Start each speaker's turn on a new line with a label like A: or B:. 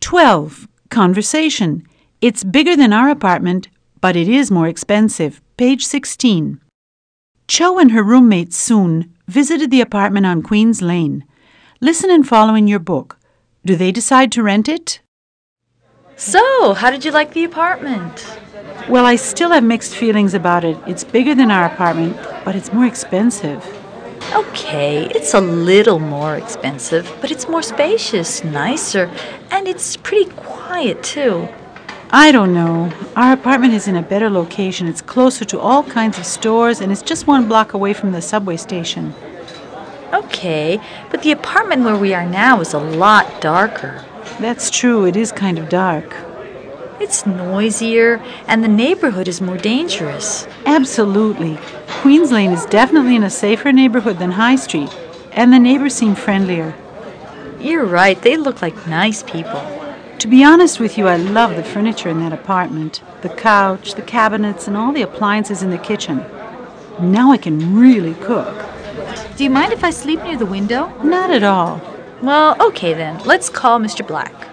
A: 12. Conversation. It's bigger than our apartment, but it is more expensive. Page 16. Cho and her roommate Soon visited the apartment on Queen's Lane. Listen and follow in your book. Do they decide to rent it?
B: So, how did you like the apartment?
A: Well, I still have mixed feelings about it. It's bigger than our apartment, but it's more expensive.
B: Okay, it's a little more expensive, but it's more spacious, nicer, and it's pretty quiet too.
A: I don't know. Our apartment is in a better location. It's closer to all kinds of stores, and it's just one block away from the subway station.
B: Okay, but the apartment where we are now is a lot darker.
A: That's true, it is kind of dark.
B: It's noisier, and the neighborhood is more dangerous.
A: Absolutely. Queens Lane is definitely in a safer neighborhood than High Street, and the neighbors seem friendlier.
B: You're right, they look like nice people.
A: To be honest with you, I love the furniture in that apartment the couch, the cabinets, and all the appliances in the kitchen. Now I can really cook.
B: Do you mind if I sleep near the window?
A: Not at all.
B: Well, okay then. Let's call Mr. Black.